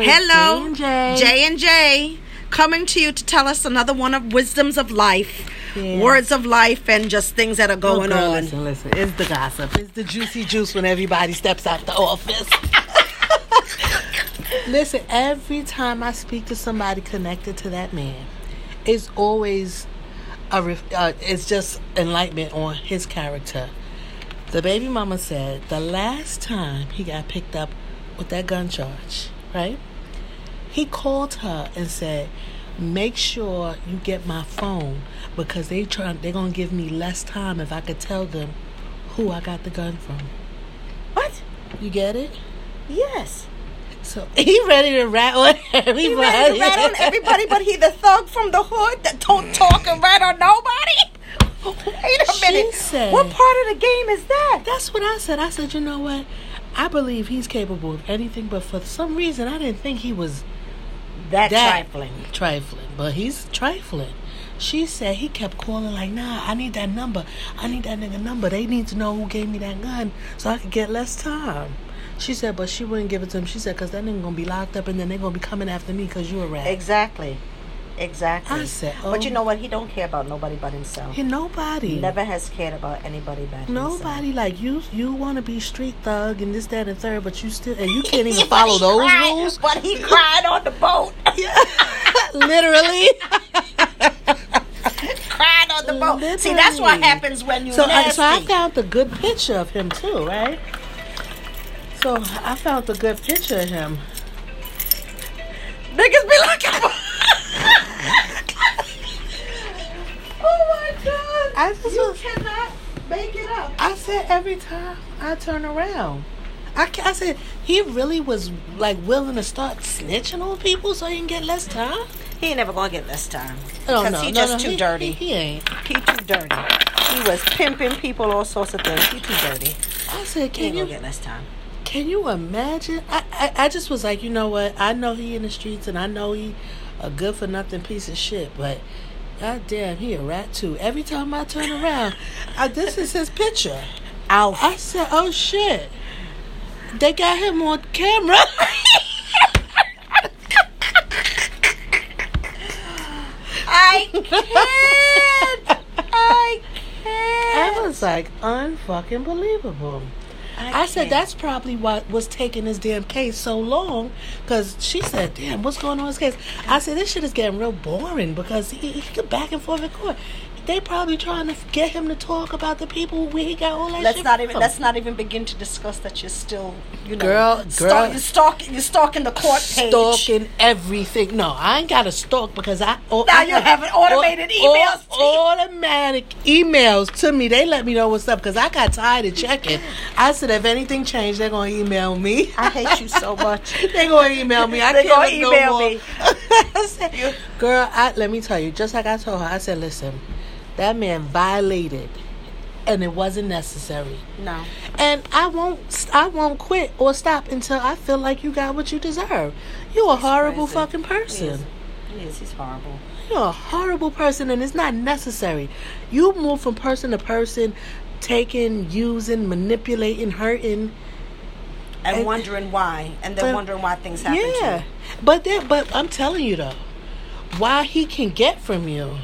so it's hello, J&J. and J, coming to you to tell us another one of wisdoms of life, Yeah. words of life, and just things that are Oh, going girl, on. Listen, listen. It's the gossip. It's the juicy juice when everybody steps out the office. listen, every time I speak to somebody connected to that man, it's always a ref- uh, it's just enlightenment on his character. The baby mama said the last time he got picked up with that gun charge, right? He called her and said, "Make sure you get my phone because they try they're gonna give me less time if I could tell them who I got the gun from." What? You get it? Yes. So he ready to rat on everybody. He ran, he ran on everybody, but he the thug from the hood that don't talk and rat on nobody. Wait a Mm. She minute. said- what part of the game is that? That's what I said. I said, you know what? I believe he's capable of anything, but for some reason, I didn't think he was That, that trifling. Trifling, but he's trifling. She said he kept calling like, "Nah, I need that number. I need that nigga number. They need to know who gave me that gun so I could get less time." She said, but she wouldn't give it to him. She said, "Cause that nigga gonna be locked up, and then they gonna be coming after me because you a rat." Exactly. Exactly. I said, But you oh. know what? He don't care about nobody but himself. And nobody, Never has cared about anybody but himself. nobody like you. You want to be street thug and this, that, and third, but you still and you can't even follow those rules. But he cried on the boat. Literally. cried on the boat. See, that's what Literally. happens when you So, I, nasty. so I found the good picture of him too, right? So I found the good picture of him. Niggas be like, oh my god! I just you was- cannot make it up. I said every time I turn around, I, ca- I said he really was like willing to start snitching on people so he can get less time. He ain't never gonna get this time. Oh, Cause he just too he- dirty. He, he ain't. He too dirty. He was pimping people, all sorts of things. He too dirty. I said, He can ain't you gonna get this time. Can you imagine? I, I I just was like, you know what? I know he in the streets, and I know he a good for nothing piece of shit, but god damn, he a rat too. Every time I turn around, I, this is his picture. Alf. I said, oh shit, they got him on camera. I can't. I I can't. was like, unfucking believable. I said can't. that's probably what was taking this damn case so long, because she said, "Damn, what's going on with this case?" I said, "This shit is getting real boring because he, he could back and forth in court. They probably trying to get him to talk about the people where he got all that Let's shit not even from. let's not even begin to discuss that you're still you know Girl, stalk- girl. you're stalking you're stalking the court page. stalking everything. No, I ain't got to stalk because I oh, Now I you having automated au- au- emails, T. automatic emails to me. They let me know what's up because I got tired of checking. I said if anything changed, they're gonna email me. I hate you so much. they gonna email me. I They can't gonna look no email more. me. I said, Girl, I, let me tell you. Just like I told her, I said, listen, that man violated, and it wasn't necessary. No. And I won't, I won't quit or stop until I feel like you got what you deserve. You a horrible crazy. fucking He is, person. he is. He's horrible. You're a horrible person, and it's not necessary. You move from person to person, taking, using, manipulating, hurting. And, And- wondering why. And then But- wondering why things happen yeah, to you. but that, but I'm telling you though, why he can get from you,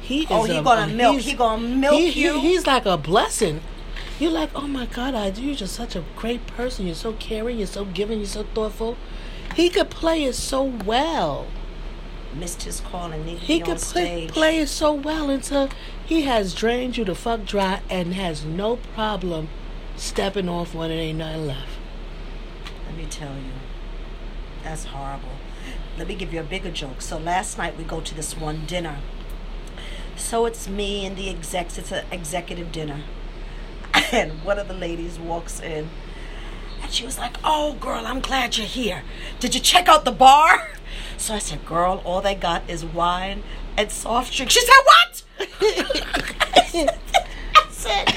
he is. Oh, he a- gonna a- milk- he's- he gonna milk he- he- you. he's like a blessing. You're like, oh my God, I do. You're just such a great person. You're so caring. You're so giving. You're so thoughtful. He could play it so well. Missed his call and needed to He be could on play, stage. play it so well until he has drained you the fuck dry and has no problem stepping off when it ain't nothing left. Let me tell you, that's horrible. Let me give you a bigger joke. So last night we go to this one dinner. So it's me and the execs. It's an executive dinner, and one of the ladies walks in, and she was like, "Oh, girl, I'm glad you're here. Did you check out the bar?" So I said, "Girl, all they got is wine and soft drinks." She said, "What?" I said,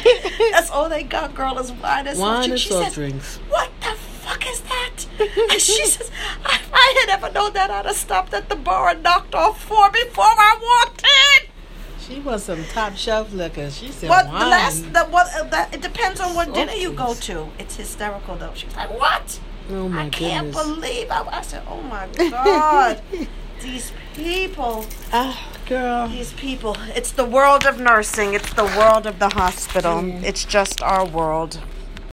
"That's all they got, girl, is wine and soft Wine and drinks." She soft says, drinks. what the fuck is that? And she says, I, I had never known that I'd have stopped at the bar and knocked off four before I walked in. She was some top shelf liquor. She said, But wine. the last, the, what, uh, that, it depends on what dinner you go Softens. to. It's hysterical though. She was like, what? Oh my I can't goodness. believe I, I said, oh my God. These people, Ah, girl. these people. It's the world of nursing, it's the world of the hospital, Yeah. it's just our world.